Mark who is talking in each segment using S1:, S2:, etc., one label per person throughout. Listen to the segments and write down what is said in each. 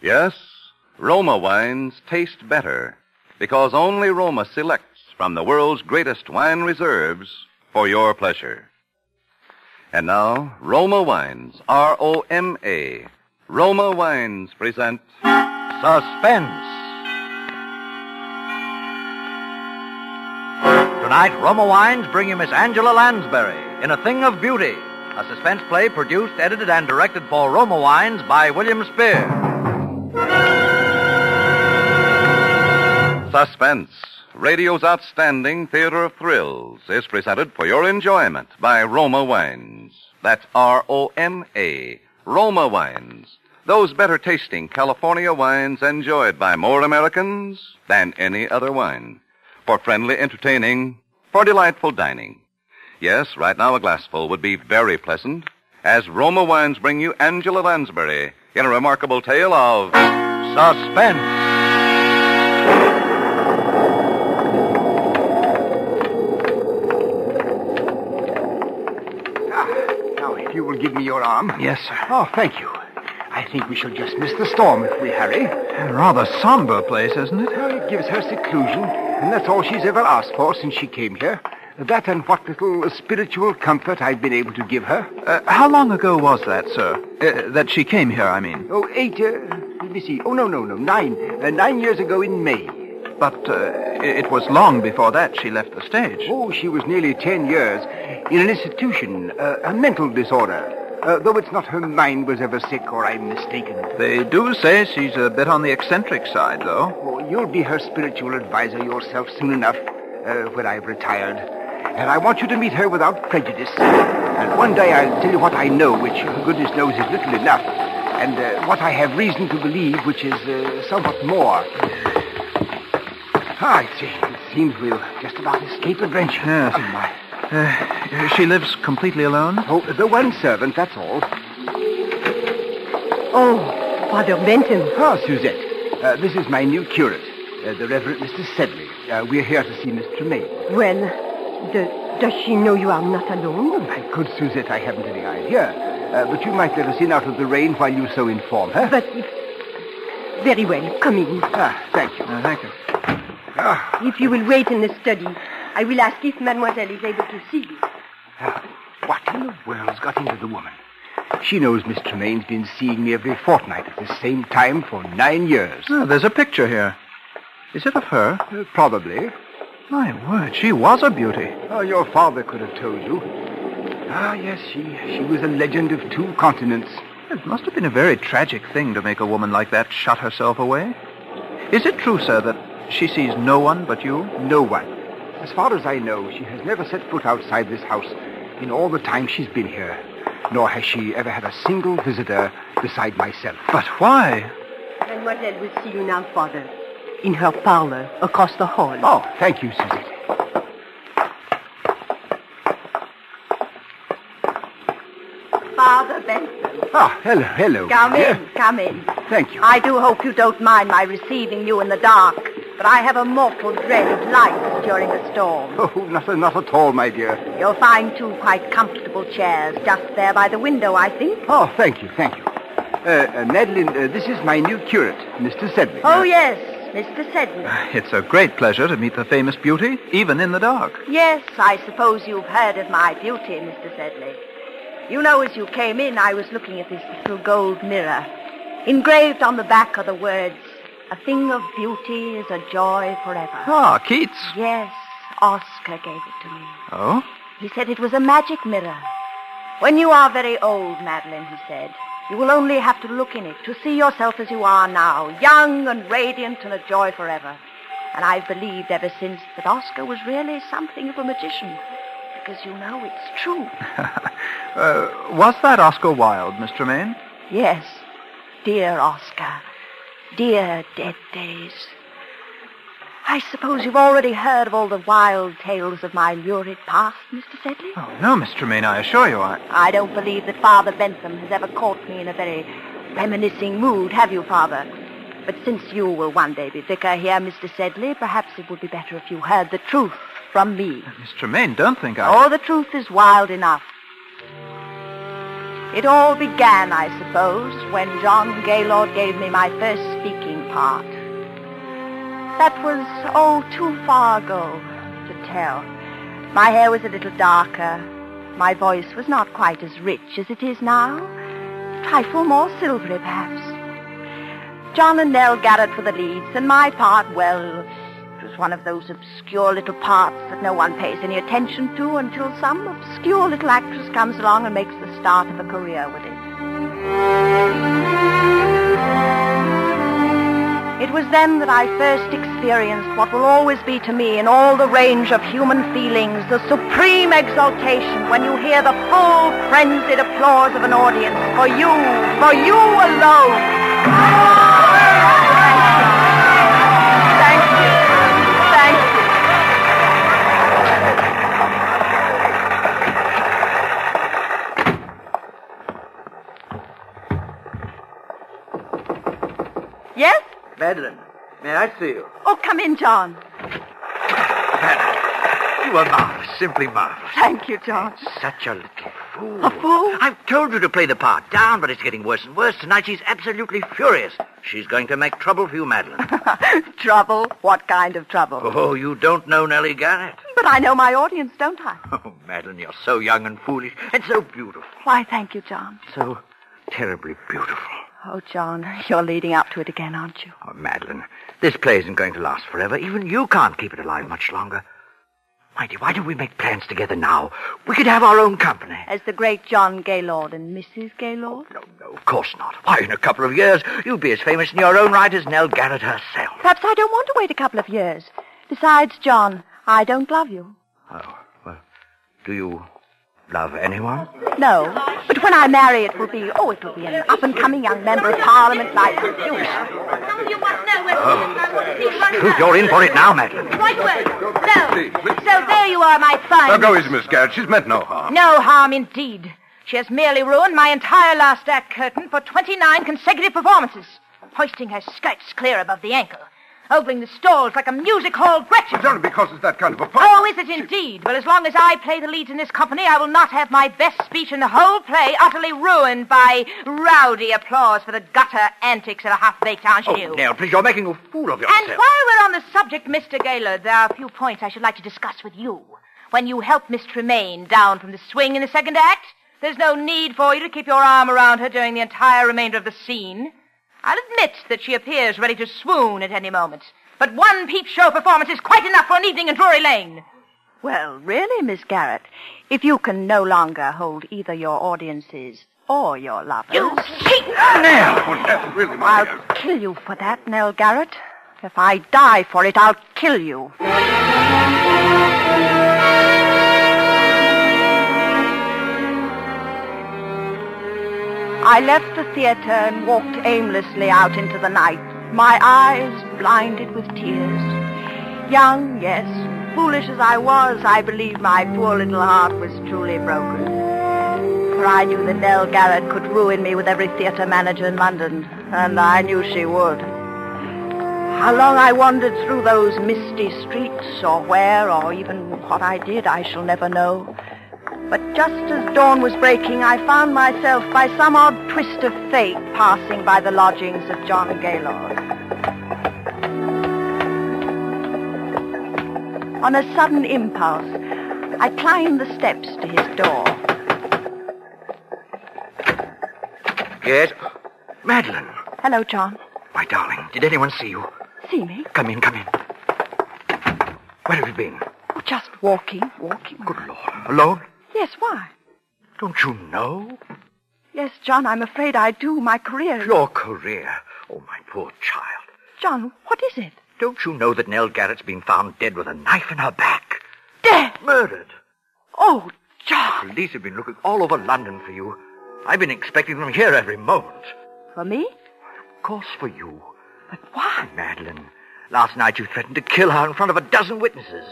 S1: Yes, Roma wines taste better because only Roma selects from the world's greatest wine reserves for your pleasure. And now, Roma Wines, R O M A. Roma Wines present Suspense.
S2: Tonight, Roma Wines bring you Miss Angela Lansbury in A Thing of Beauty, a suspense play produced, edited, and directed for Roma Wines by William Spear.
S1: Suspense, radio's outstanding theater of thrills, is presented for your enjoyment by Roma Wines. That's R O M A, Roma Wines. Those better tasting California wines enjoyed by more Americans than any other wine. For friendly entertaining, for delightful dining. Yes, right now a glassful would be very pleasant as Roma Wines bring you Angela Lansbury in a remarkable tale of suspense.
S3: Now, if you will give me your arm.
S4: Yes, sir.
S3: Oh, thank you. I think we shall just miss the storm if we hurry.
S4: Rather somber place, isn't it?
S3: Well, it gives her seclusion, and that's all she's ever asked for since she came here. That and what little spiritual comfort I've been able to give her.
S4: Uh, how long ago was that, sir? Uh, that she came here, I mean.
S3: Oh, eight, uh, let me see. Oh, no, no, no, nine. Uh, nine years ago in May.
S4: But uh, it was long before that she left the stage.
S3: Oh, she was nearly ten years in an institution, uh, a mental disorder. Uh, though it's not her mind was ever sick, or I'm mistaken.
S4: They do say she's a bit on the eccentric side, though.
S3: Oh, you'll be her spiritual advisor yourself soon enough, uh, when I've retired. And I want you to meet her without prejudice. And one day I'll tell you what I know, which goodness knows is little enough, and uh, what I have reason to believe, which is uh, somewhat more. Ah, it, se- it seems we'll just about escape adventure.
S4: Yes.
S3: Um, I-
S4: Uh, she lives completely alone?
S3: oh, the one servant, that's all.
S5: Oh, Father Benton.
S3: Ah, Suzette, uh, this is my new curate, uh, the Reverend Mr. Sedley. Uh, we're here to see Miss Tremaine.
S5: Well, do, does she know you are not alone?
S3: My good Suzette, I haven't any idea. Uh, but you might let us in out of the rain while you so inform her.
S5: But if... Very well, come in.
S3: Ah, thank you.
S4: Uh, thank you.
S3: Ah,
S5: If you will wait in the study, I will ask if Mademoiselle is able to see you.
S3: ah, what in the world's got into the woman? She knows Miss Tremaine's been seeing me every fortnight at the same time for nine years.
S4: Ah, there's a picture here. Is it of her?
S3: Uh, probably.
S4: My word, she was a beauty.
S3: Oh, your father could have told you. Ah, yes, she, she was a legend of two continents.
S4: It must have been a very tragic thing to make a woman like that shut herself away. Is it true, sir, that she sees no one but you?
S3: No one. As far as I know, she has never set foot outside this house in all the time she's been here. Nor has she ever had a single visitor beside myself.
S4: But why?
S5: Mademoiselle will see you now, Father. In her parlor, across the hall.
S3: Oh, thank you, Suzette.
S5: Oh, Father Benson.
S3: Ah, hello, hello.
S5: Come
S3: Yeah,
S5: in, come in.
S3: Thank you.
S5: I do hope you don't mind my receiving you in the dark, but I have a mortal dread of light during a storm.
S3: Oh, not, not at all, my dear.
S5: You'll find two quite comfortable chairs just there by the window, I think.
S3: Oh, thank you, thank you. Uh, uh, Madeline, uh, this is my new curate, Mr. Sedley. Uh,
S5: Oh, yes, Mr. Sedley.
S4: It's a great pleasure to meet the famous beauty, even in the dark.
S5: Yes, I suppose you've heard of my beauty, Mr. Sedley. You know, as you came in, I was looking at this little gold mirror. Engraved on the back are the words, A thing of beauty is a joy
S2: Oh.
S5: forever.
S4: Ah, Keats.
S5: Yes, Oscar gave it to me.
S4: Oh?
S5: He said it was a magic mirror. When you are very old, Madeline, he said, you will only have to look in it to see yourself as you are now, young and radiant and a joy forever. And I've believed ever since that Oscar was really something of a magician. Because you know it's true.
S4: Uh, was that Oscar Wilde, Miss Tremaine?
S5: Yes. Dear Oscar. Dear dead days. I suppose you've already heard of all the wild tales of my lurid past, Mr. Sedley?
S4: Oh, no, Miss Tremaine, I assure you I...
S5: I don't believe that Father Bentham has ever caught me in a very reminiscing mood, have you, Father? But since you will one day be vicar here, Mr. Sedley, perhaps it would be better if you heard the truth from me. Oh,
S4: Miss Tremaine, don't think I...
S5: All the truth is wild enough. It all began, I suppose, when John Gaylord gave me my first speaking part. That was, oh, too far ago to tell. My hair was a little darker. My voice was not quite as rich as it is now. A trifle more silvery, perhaps. John and Nell Garrett for the leads, and my part, well, it was one of those obscure little parts that no one pays any attention to until some obscure little actress comes along and makes the start of a career with it. It was then that I first experienced what will always be to me in all the range of human feelings the supreme exultation when you hear the full frenzied applause of an audience for you, for you alone. Thank you. Thank you. Thank you. Yes?
S2: Oh, Madeline, may I see you?
S5: Oh, come in, John.
S2: You are marvelous, simply marvelous.
S5: Thank you, John.
S2: Such a little fool.
S5: A fool?
S2: I've told you to play the part down, but it's getting worse and worse. Tonight she's absolutely furious. She's going to make trouble for you, Madeline.
S5: trouble? What kind of trouble?
S2: oh, you don't know Nellie Garrett.
S5: But I know my audience, don't I?
S2: Oh, Madeline, you're so young and foolish and so beautiful.
S5: Why, thank you, John.
S2: So terribly beautiful.
S5: Oh, John, you're leading up to it again, aren't you?
S2: Oh, Madeline, this play isn't going to last forever. Even you can't keep it alive much longer. Mighty, why don't we make plans together now? We could have our own company.
S5: As the great John Gaylord and Mrs. Gaylord?
S2: No, no, of course not. Why, in a couple of years, you'll be as famous in your own right as Nell Garrett herself.
S5: Perhaps I don't want to wait a couple of years. Besides, John, I don't love you.
S2: Oh, well, do you love anyone?
S5: No. But when I marry, it will be, oh, it will be an up-and-coming young member of Parliament like you.
S2: Truth, Uh-huh. you're in for it now, Madeline.
S5: Right away. So, so there you are, my fine.
S1: go easy, Miss Garrett. She's meant no harm.
S5: No harm indeed. She has merely ruined my entire last act curtain for 29 consecutive performances, hoisting her skirts clear above the ankle, ogling the stalls like a music hall Gretchen.
S1: only because it's that kind of a
S5: Oh, is it indeed? Well, as long as I play the lead in this company, I will not have my best speech in the whole play utterly ruined by rowdy applause for the gutter antics of a half-baked ingenue.
S2: Oh, Nell, please, you're making a fool of yourself.
S5: And while we're on the subject, Mr. Gaylord, there are a few points I should like to discuss with you. When you help Miss Tremaine down from the swing in the second act, there's no need for you to keep your arm around her during the entire remainder of the scene. I'll admit that she appears ready to swoon at any moment, but one peep show performance is quite enough for an evening in Drury Lane. Well, really, Miss Garrett, if you can no longer hold either your audiences or your lovers. You cheat!
S1: really,
S5: I'll kill you for that, Nell Garrett. If I die for it, I'll kill you. I left the theater and walked aimlessly out into the night, my eyes blinded with tears. Young, yes. Foolish as I was, I believe my poor little heart was truly broken. For I knew that Nell Garrett could ruin me with every theatre manager in London, and I knew she would. How long I wandered through those misty streets, or where, or even what I did, I shall never know. But just as dawn was breaking, I found myself, by some odd twist of fate, passing by the lodgings of John Gaylord. On a sudden impulse, I climbed the steps to his door.
S2: Yes? Madeline,
S5: Hello, John.
S2: my darling, did anyone see you?
S5: See me?
S2: Come in, come in. Where have you been?
S5: Oh, just walking, walking.
S2: Good Lord. Alone?
S5: Yes, why?
S2: Don't you know?
S5: Yes, John, I'm afraid I do. My career.
S2: Your career. Oh, my poor child.
S5: John, what is it?
S2: Don't you know that Nell Garrett's been found dead with a knife in her back?
S5: Death!
S2: Murdered.
S5: Oh, John!
S2: Police have been looking all over London for you. I've been expecting them here every moment.
S5: For me?
S2: Of course, for you. But
S5: why?
S2: Madeline, last night you threatened to kill her in front of a dozen witnesses.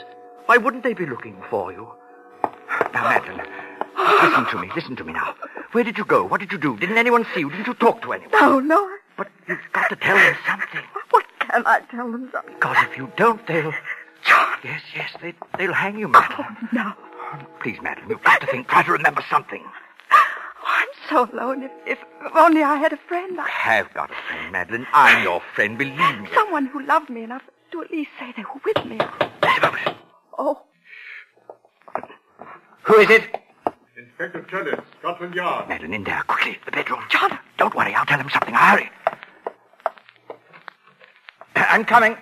S2: Why wouldn't they be looking for you? Now, Madeline, listen to me. Listen to me now. Where did you go? What did you do? Didn't anyone see you? Didn't you talk to anyone?
S5: No, no.
S2: But you've got to tell them something.
S5: What can I tell them, John?
S2: Because if you don't, they'll. Yes, yes, they, they'll hang you, Madeline.
S5: Oh, No.
S2: Please, Madeline, you've got to think. Try to remember something.
S5: Oh, I'm so alone. If, if only I had a friend. I,
S2: have got a friend, Madeline. I'm your friend, believe me.
S5: someone who loved me enough to at least say they were with me. Oh,
S2: Who is it?
S6: Inspector Curtis, Scotland Yard.
S2: Madeline, in there, quickly, the bedroom. John! Don't worry, I'll tell him something. Hurry. I'm coming.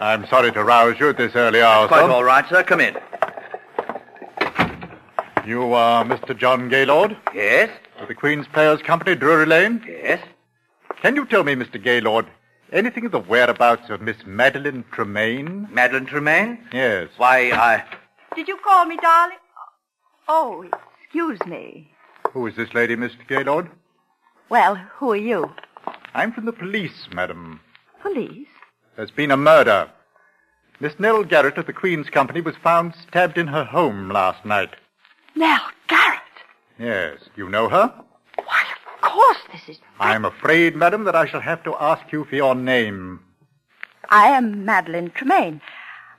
S6: I'm sorry to rouse you at this early hour,
S2: Quite
S6: sir.
S2: all right, sir. Come in.
S6: You are Mr. John Gaylord
S2: Yes?
S6: of the Queen's Players Company, Drury Lane.
S2: Yes?
S6: Can you tell me, Mr. Gaylord, anything of the whereabouts of Miss Madeline Tremaine?
S2: Madeline Tremaine?
S6: Yes.
S2: Why, I...
S5: did you call me, darling? Oh, excuse me.
S6: Who is this lady, Mr. Gaylord?
S5: Well, who are you?
S6: I'm from the police, madam.
S5: Police?
S6: There's been a murder. Miss Nell Garrett of the Queen's Company was found stabbed in her home last night.
S5: Nell Garrett.
S6: Yes, you know her?
S5: Why, of course this is.
S6: I'm afraid, madam, that I shall have to ask you for your name.
S5: I am Madeline Tremaine.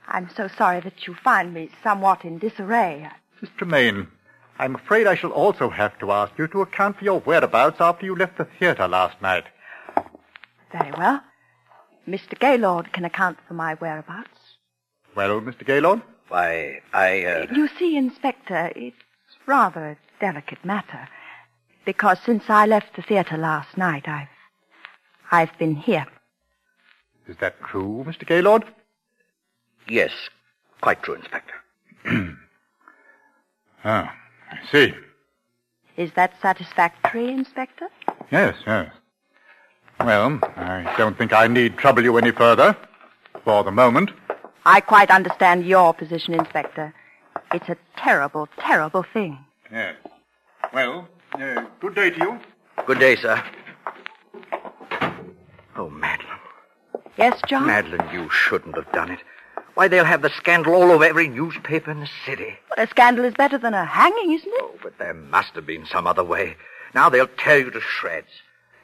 S5: I'm so sorry that you find me somewhat in disarray.
S6: Miss Tremaine, I'm afraid I shall also have to ask you to account for your whereabouts after you left the theater last night.
S5: Very well. Mr. Gaylord can account for my whereabouts.
S6: Well, Mr. Gaylord?
S2: Why, I, uh...
S5: You see, Inspector, it's rather a delicate matter. Because since I left the theater last night, I've, I've been here.
S6: Is that true, Mr. Gaylord?
S2: Yes, quite true, Inspector.
S6: Ah, I see.
S5: Is that satisfactory, Inspector?
S6: Yes, yes. Well, I don't think I need trouble you any further. For the moment.
S5: I quite understand your position, Inspector. It's a terrible, terrible thing.
S6: Yes. Well, uh, good day to you.
S2: Good day, sir. Oh, Madeline.
S5: Yes, John?
S2: Madeline, you shouldn't have done it. Why, they'll have the scandal all over every newspaper in the city.
S5: Well, a scandal is better than a hanging, isn't it?
S2: Oh, but there must have been some other way. Now they'll tear you to shreds.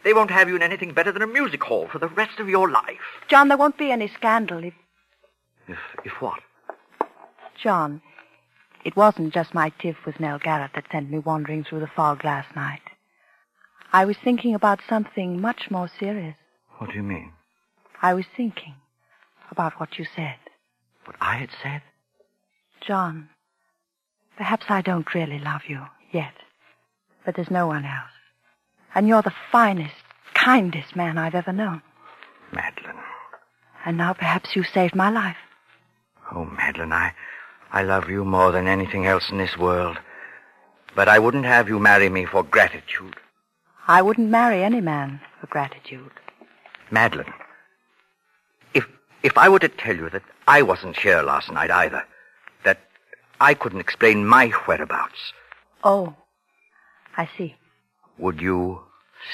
S2: They won't have you in anything better than a music hall for the rest of your life.
S5: John, there won't be any scandal if.
S2: If, if what?
S5: John, it wasn't just my tiff with Nell Garrett that sent me wandering through the fog last night. I was thinking about something much more serious.
S2: What do you mean?
S5: I was thinking about what you said.
S2: What I had said?
S5: John, perhaps I don't really love you yet, but there's no one else. And you're the finest, kindest man I've ever known.
S2: Madeline.
S5: And now perhaps you saved my life.
S2: Oh, Madeline, I, I love you more than anything else in this world. But I wouldn't have you marry me for gratitude.
S5: I wouldn't marry any man for gratitude.
S2: Madeline, if, if I were to tell you that I wasn't here last night either, that I couldn't explain my whereabouts,
S5: Oh, I see.
S2: would you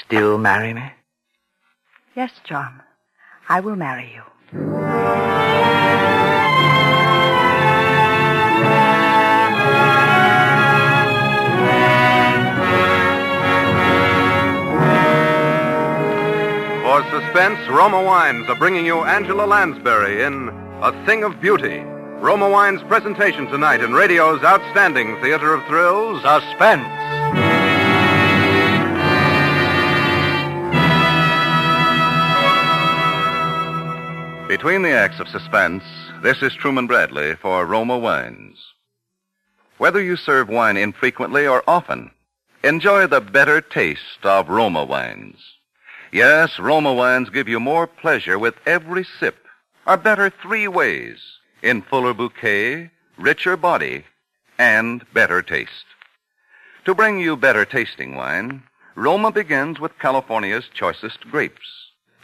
S2: still marry me?
S5: Yes, John, I will marry you.
S1: For suspense, Roma Wines are bringing you Angela Lansbury in A Thing of Beauty. Roma Wines' presentation tonight in radio's outstanding theater of thrills, Suspense. Between the acts of suspense, this is Truman Bradley for Roma Wines. Whether you serve wine infrequently or often, enjoy the better taste of Roma Wines. Yes, Roma wines give you more pleasure with every sip, are better three ways in fuller bouquet, richer body, and better taste. To bring you better tasting wine, Roma begins with California's choicest grapes,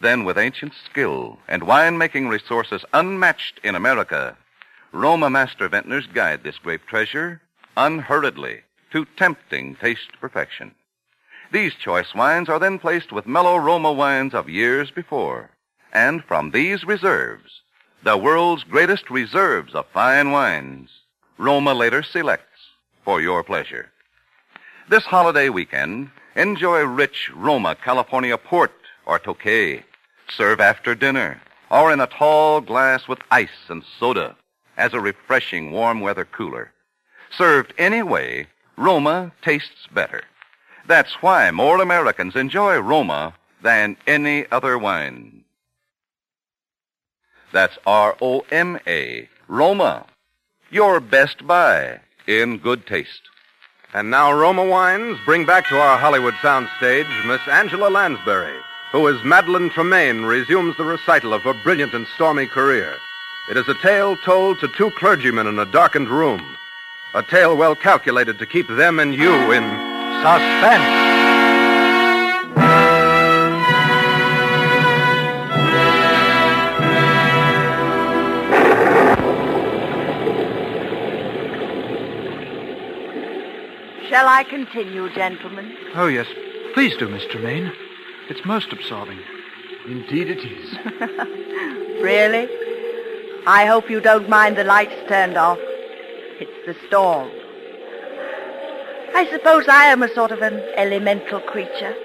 S1: then with ancient skill and winemaking resources unmatched in America. Roma master vintners guide this grape treasure unhurriedly to tempting taste perfection. These choice wines are then placed with mellow Roma wines of years before. And from these reserves, the world's greatest reserves of fine wines, Roma later selects for your pleasure. This holiday weekend, enjoy rich Roma California port or tokay. Serve after dinner or in a tall glass with ice and soda as a refreshing warm weather cooler. Served any way, Roma tastes better. That's why more Americans enjoy Roma than any other wine. That's R-O-M-A, Roma. Your best buy in good taste.
S7: And now Roma Wines bring back to our Hollywood soundstage Miss Angela Lansbury, who as Madeline Tremaine resumes the recital of her brilliant and stormy career. It is a tale told to two clergymen in a darkened room. A tale well calculated to keep them and you in suspense.
S5: Shall I continue, gentlemen?
S4: Oh, yes. Please do, Miss Tremaine. It's most absorbing.
S3: Indeed it is.
S5: Really? I hope you don't mind the lights turned off. It's the storm. I suppose I am a sort of an elemental creature,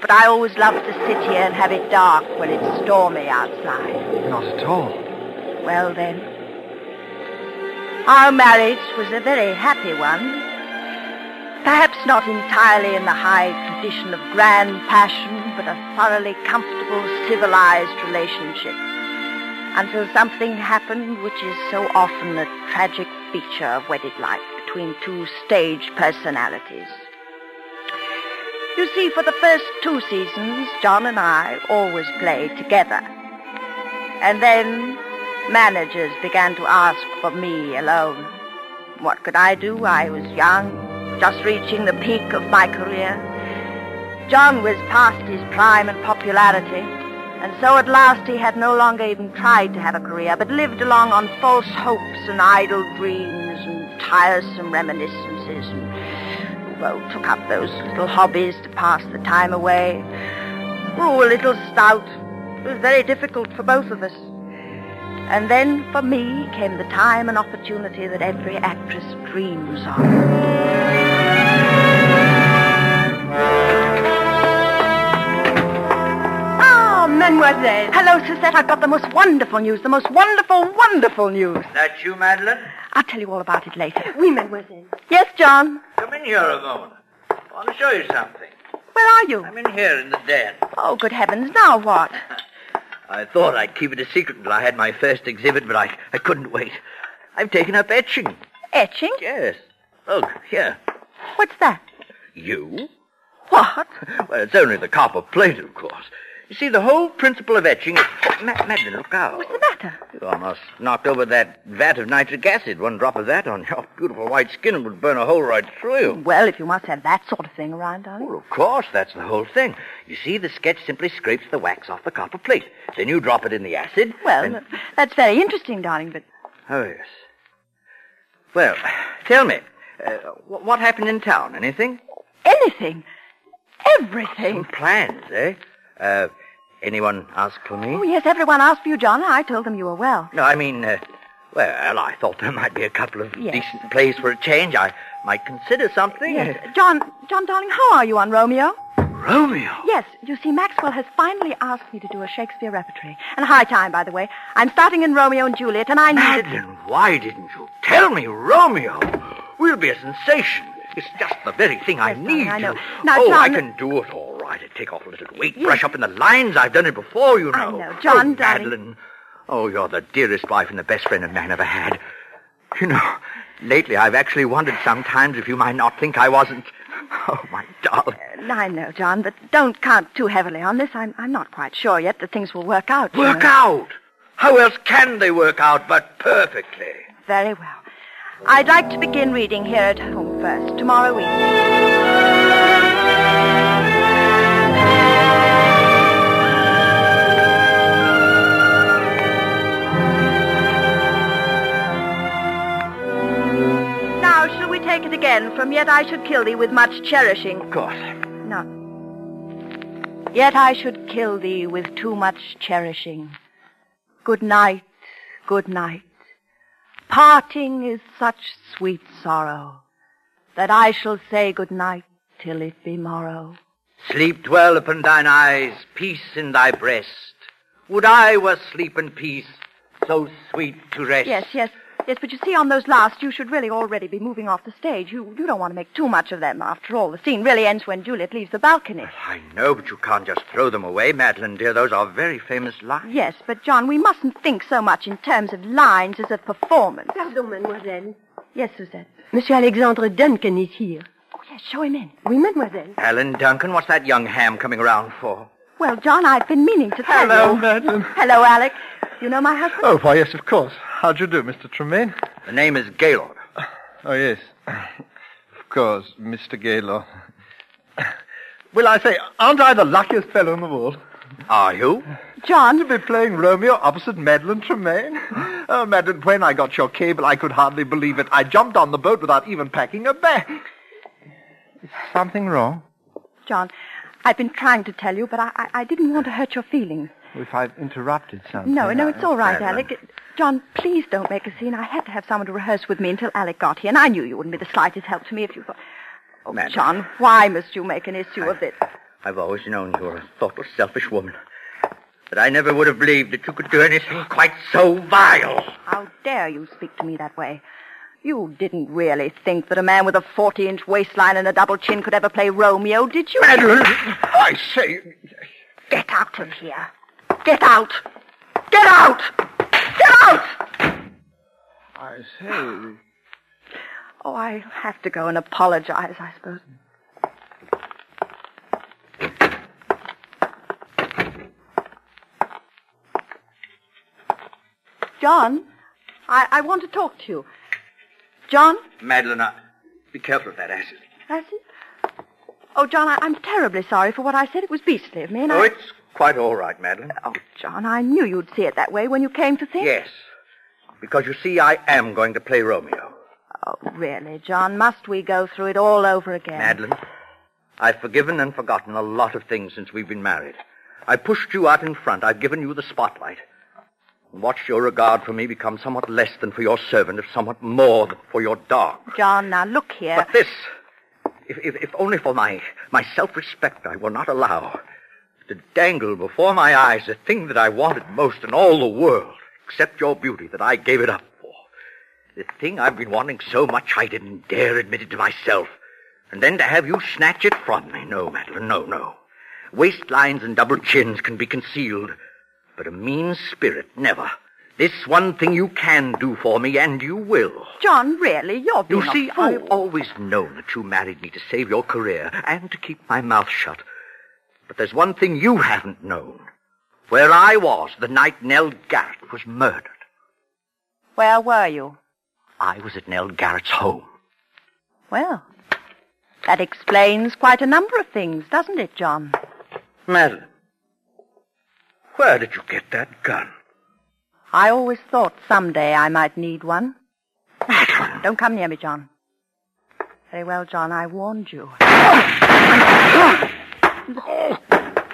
S5: but I always love to sit here and have it dark when it's stormy outside.
S4: Not at all.
S5: Well then, our marriage was a very happy one. Perhaps not entirely in the high tradition of grand passion, but a thoroughly comfortable, civilized relationship. Until something happened which is so often a tragic feature of wedded life between two stage personalities. You see, for the first two seasons, John and I always played together. And then managers began to ask for me alone. What could I do? I was young, just reaching the peak of my career. John was past his prime and popularity, and so at last he had no longer even tried to have a career, but lived along on false hopes and idle dreams and tiresome reminiscences, and well, took up those little hobbies to pass the time away. Grew a little stout. It was very difficult for both of us. And then for me came the time and opportunity that every actress dreams of. Ah, Mademoiselle. Hello, Suzette. I've got the most wonderful news. The most wonderful, wonderful news.
S2: That you, Madeline?
S5: I'll tell you all about it later.
S8: Oui, mademoiselle.
S5: Yes, John.
S2: Come in here a moment. I want to show you something.
S5: Where are you?
S2: I'm in here in the den.
S5: Oh, good heavens. Now what?
S2: I thought I'd keep it a secret until I had my first exhibit, but I, I couldn't wait. I've taken up etching.
S5: Etching?
S2: Yes. Look, here.
S5: What's that?
S2: You?
S5: What?
S2: Well, it's only the copper plate, of course. You see, the whole principle of etching is... Ma- Madeline, look out.
S5: What's the matter?
S2: You almost knocked over that vat of nitric acid. One drop of that on your beautiful white skin would burn a hole right through you.
S5: Well, if you must have that sort of thing around, darling.
S2: Well, of course, that's the whole thing. You see, the sketch simply scrapes the wax off the copper plate. Then you drop it in the acid.
S5: Well,
S2: and-
S5: that's very interesting, darling, but
S2: Oh, yes. Well, tell me, uh, wh- what happened in town? Anything?
S5: anything, everything.
S2: Plans, eh? Uh, anyone ask for me?
S5: Oh, yes, everyone asked for you, John. I told them you were well.
S2: No, I mean, uh, well, I thought there might be a couple of
S5: Yes.
S2: decent plays for a change. I might consider something.
S5: Yes. John, John, darling, how are you on Romeo?
S4: Romeo?
S5: Yes, you see, Maxwell has finally asked me to do a Shakespeare repertory. And high time, by the way. I'm starting in Romeo and Juliet, and I needed...
S2: Madeline, why didn't you tell me Romeo? We'll be a sensation. It's just the very thing I
S5: Yes, darling,
S2: need.
S5: I
S2: you
S5: know. Now,
S2: oh, I
S5: John-
S2: can do it all right. I take off a little weight, brush up in the lines. I've done it before, you know.
S5: I know. John,
S2: oh,
S5: darling.
S2: Madeline. Oh, you're the dearest wife and the best friend a man ever had. You know, lately I've actually wondered sometimes if you might not think I wasn't. Oh, my darling.
S5: I know, John, but don't count too heavily on this. I'm, I'm not quite sure yet that things will work out. you
S2: Work
S5: know.
S2: out. How else can they work out but perfectly?
S5: Very well. I'd like to begin reading here at home first, tomorrow evening. Now, shall we take it again from Yet I Should Kill Thee with Much Cherishing?
S2: Of course.
S5: No. Yet I should kill thee with too much cherishing. Good night, good night. Parting is such sweet sorrow that I shall say good night till it be morrow.
S2: Sleep dwell upon thine eyes, peace in thy breast. Would I were sleep and peace, so sweet to rest.
S5: Yes, yes. Yes, but you see, on those last, you should really already be moving off the stage. You, you don't want to make too much of them. After all, the scene really ends when Juliet leaves the balcony.
S3: I know, but you can't just throw them away, Madeline, dear. Those are very famous lines.
S5: Yes, but John, we mustn't think so much in terms of lines as of performance.
S9: Pardon, mademoiselle.
S5: Yes, Suzette.
S9: Monsieur Alexandre Duncan is here.
S5: Oh, yes, show him in.
S9: Oui, mademoiselle.
S3: Alan Duncan, what's that young ham coming around for?
S5: Well, John, I've been meaning to tell
S2: Hello,
S5: you.
S2: Madeline.
S5: Hello, Alec. You know my husband?
S2: Oh, why, yes, of course. How'd you do, Mr. Tremaine?
S3: The name is Gaylord.
S2: Oh, yes. Of course, Mr. Gaylord. Well, I say, aren't I the luckiest fellow in the world?
S3: Are you?
S5: John,
S2: To be playing Romeo opposite Madeline Tremaine? Oh, Madeline, when I got your cable, I could hardly believe it. I jumped on the boat without even packing a bag. Is something wrong?
S5: John, I've been trying to tell you, but I, I, I didn't want to hurt your feelings.
S2: If I've interrupted something.
S5: No, no, it's all right, Alec. John, please don't make a scene. I had to have someone to rehearse with me until Alec got here, and I knew you wouldn't be the slightest help to me if you thought. Oh,
S3: Madam.
S5: John, why must you make an issue of it?
S3: I've always known you were a thoughtless, selfish woman. But I never would have believed that you could do anything quite so vile.
S5: How dare you speak to me that way? You didn't really think that a man with a 40-inch waistline and a double chin could ever play Romeo, did you?
S3: Madeline, I say,
S5: Get out of here. Get out. Get out. Get out.
S2: I say.
S5: Oh, I have to go and apologize, I suppose. John, I, I want to talk to you. John,
S3: Madeline, I... be careful of that acid.
S5: that's it. Oh, John, I, I'm terribly sorry for what I said. It was beastly of me, and
S3: Oh,
S5: I...
S3: it's quite all right, Madeline.
S5: Oh, John, I knew you'd see it that way when you came to think.
S3: Yes, because you see, I am going to play Romeo.
S5: Oh, really, John, must we go through it all over again?
S3: Madeline, I've forgiven and forgotten a lot of things since we've been married. I pushed you out in front. I've given you the spotlight. Watched your regard for me become somewhat less than for your servant, if somewhat more than for your dog.
S5: John, now look here.
S3: But this, if, if, if only for my, my self-respect, I will not allow to dangle before my eyes the thing that I wanted most in all the world, except your beauty that I gave it up for. The thing I've been wanting so much I didn't dare admit it to myself. And then to have you snatch it from me. No, Madeline, no, no. Waistlines and double chins can be concealed, but a mean spirit never. This one thing you can do for me, and you will.
S5: John, really, you're
S3: You
S5: being
S3: see,
S5: a fool. Oh,
S3: I've always known that you married me to save your career and to keep my mouth shut. But there's one thing you haven't known. Where I was the night Nell Garrett was murdered.
S5: Where were you?
S3: I was at Nell Garrett's home.
S5: Well, that explains quite a number of things, doesn't it, John?
S3: Madeline, where did you get that gun?
S5: I always thought someday I might need one. Don't come near me, John. Very well, John, I warned you.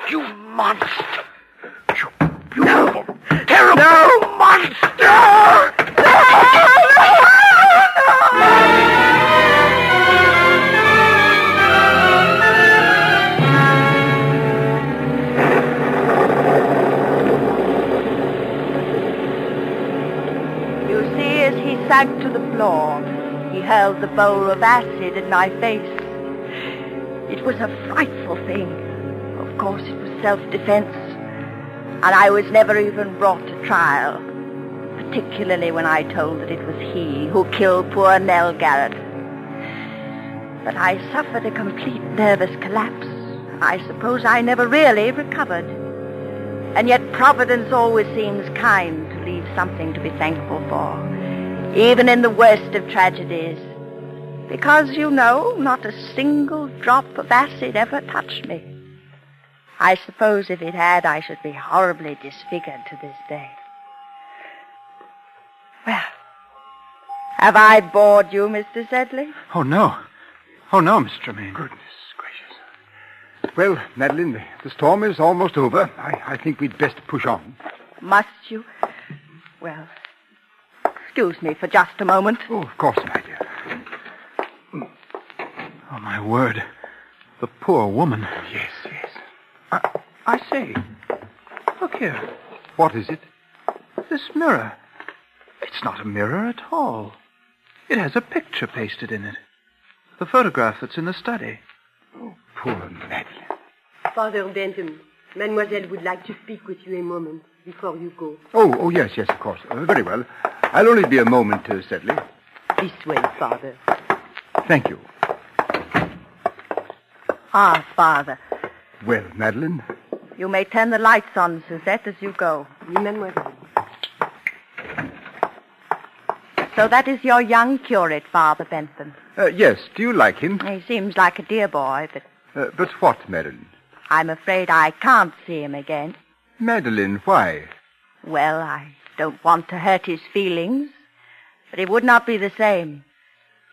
S3: You monster! You beautiful, terrible monster!
S5: You see, as he sank to the floor, he hurled the bowl of acid at my face. It was a frightful thing. Of course, it was self-defense. And I was never even brought to trial, particularly when I told that it was he who killed poor Nell Garrett. But I suffered a complete nervous collapse. I suppose I never really recovered. And yet Providence always seems kind to leave something to be thankful for, even in the worst of tragedies. Because, you know, not a single drop of acid ever touched me. I suppose if it had, I should be horribly disfigured to this day. Well, have I bored you, Mr. Sedley?
S10: Oh, no. Oh, no, Mr. Tremaine. Goodness gracious.
S11: Well, Madeline, the- the storm is almost over. I, I think we'd best push on.
S5: Must you? Well, excuse me for just a moment.
S11: Oh, of course, my dear.
S10: Oh, my word. The poor woman.
S11: Yes, yes.
S10: I, I say, look here.
S11: What is it?
S10: This mirror. It's
S4: It's not a mirror at all. It has a picture pasted in it. The photograph that's in the study.
S3: Poor Madeline.
S8: Father Bentham, mademoiselle would like to speak with you a moment before you go.
S3: Oh, oh, yes, yes, of course. Uh, very well. I'll only be a moment, uh, Sedley.
S8: This way, Father.
S3: Thank you.
S5: Ah, Father,
S3: Well, Madeline,
S5: you may turn the lights on, Suzette, as you go.
S8: Oui, mademoiselle.
S5: So that is your young curate, Father Bentham.
S3: uh, yes, do you like him?
S5: He seems like a dear boy, but
S3: Uh, but what, Madeline?
S5: I'm afraid I can't see him again.
S3: Madeline, why?
S5: Well, I don't want to hurt his feelings, but it would not be the same.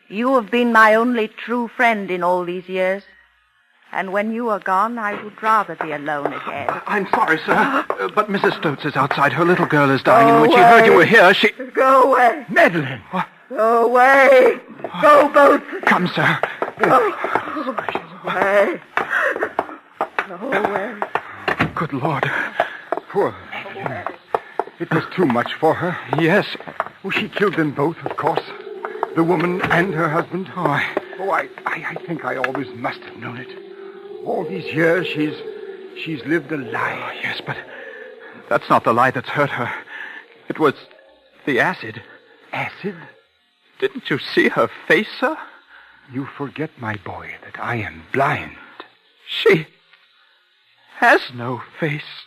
S5: You have been my only true friend in all these years, and when you are gone, I would rather be alone again.
S4: I'm sorry, sir, uh, but Mrs. Stokes is outside. Her little girl is dying, and when she heard you were here, she...
S8: Go away!
S4: Madeline! What?
S8: Go away! Go both
S4: Come, sir.
S8: away! Go away!
S4: Good Lord.
S3: Poor Madeline. It was too much for her.
S4: Yes.
S3: Oh, she killed them both, of course. The woman and her husband.
S4: Oh, I...
S3: Oh, I, I, I think I always must have known it. All these years, she's, she's lived a lie.
S4: Yes, but that's not the lie that's hurt her. It was the acid.
S3: Acid?
S4: Didn't you see her face, sir?
S3: You forget, my boy, that I am blind.
S4: She has no face.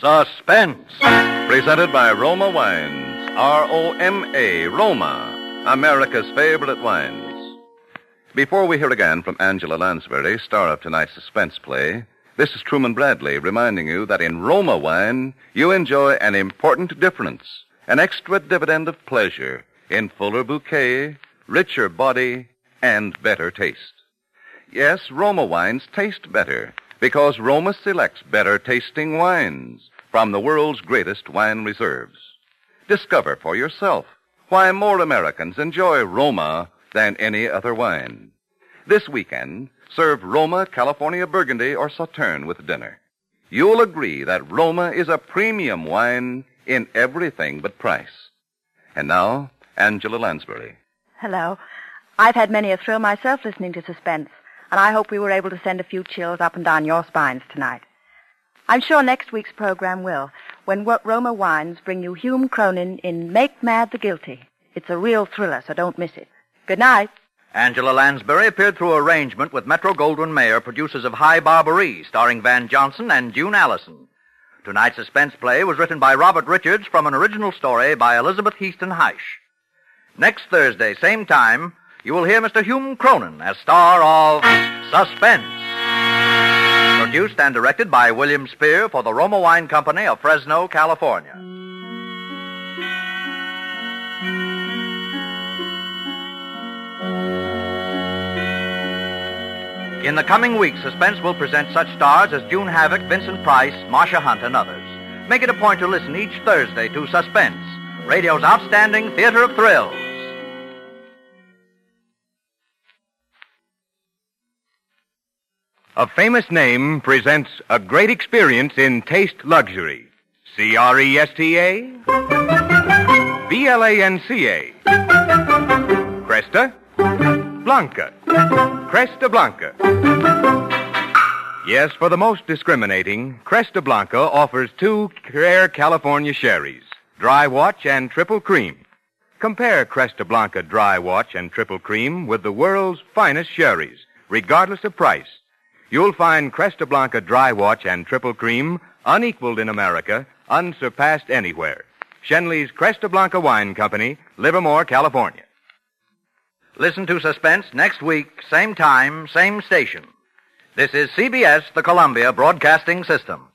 S1: Suspense. Presented by Roma Wines. R O M A, Roma. America's favorite wines. Before we hear again from Angela Lansbury, star of tonight's suspense play, this is Truman Bradley reminding you that in Roma wine, you enjoy an important difference, an extra dividend of pleasure in fuller bouquet, richer body, and better taste. Yes, Roma wines taste better because Roma selects better tasting wines from the world's greatest wine reserves. Discover for yourself why more Americans enjoy Roma than any other wine. This weekend, serve Roma, California Burgundy, or Sauterne with dinner. You'll agree that Roma is a premium wine in everything but price. And now, Angela Lansbury.
S5: Hello. I've had many a thrill myself listening to suspense, and I hope we were able to send a few chills up and down your spines tonight. I'm sure next week's program will, when Wo- Roma Wines bring you Hume Cronin in Make Mad the Guilty. It's a real thriller, so don't miss it. Good night.
S2: Angela Lansbury appeared through arrangement with Metro Goldwyn Mayer, producers of High Barbaree, starring Van Johnson and June Allison. Tonight's suspense play was written by Robert Richards from an original story by Elizabeth Heaston Heish. Next Thursday, same time, you will hear Mr. Hume Cronin as star of Suspense. Produced and directed by William Spear for the Roma Wine Company of Fresno, California. In the coming weeks, Suspense will present such stars as June Havoc, Vincent Price, Marcia Hunt, and others. Make it a point to listen each Thursday to Suspense, radio's outstanding theater of thrills.
S7: A famous name presents a great experience in taste luxury. C R E S T A, B L A N C A, Cresta, Blanca, Cresta Blanca. Yes, for the most discriminating, Cresta Blanca offers two rare California sherries, dry watch and triple cream. Compare Cresta Blanca dry watch and triple cream with the world's finest sherries, regardless of price you'll find Cresta Blanca Dry Watch and Triple Cream unequaled in America, unsurpassed anywhere. Shenley's Cresta Blanca Wine Company, Livermore, California.
S2: Listen to Suspense next week, same time, same station. This is CBS, the Columbia Broadcasting System.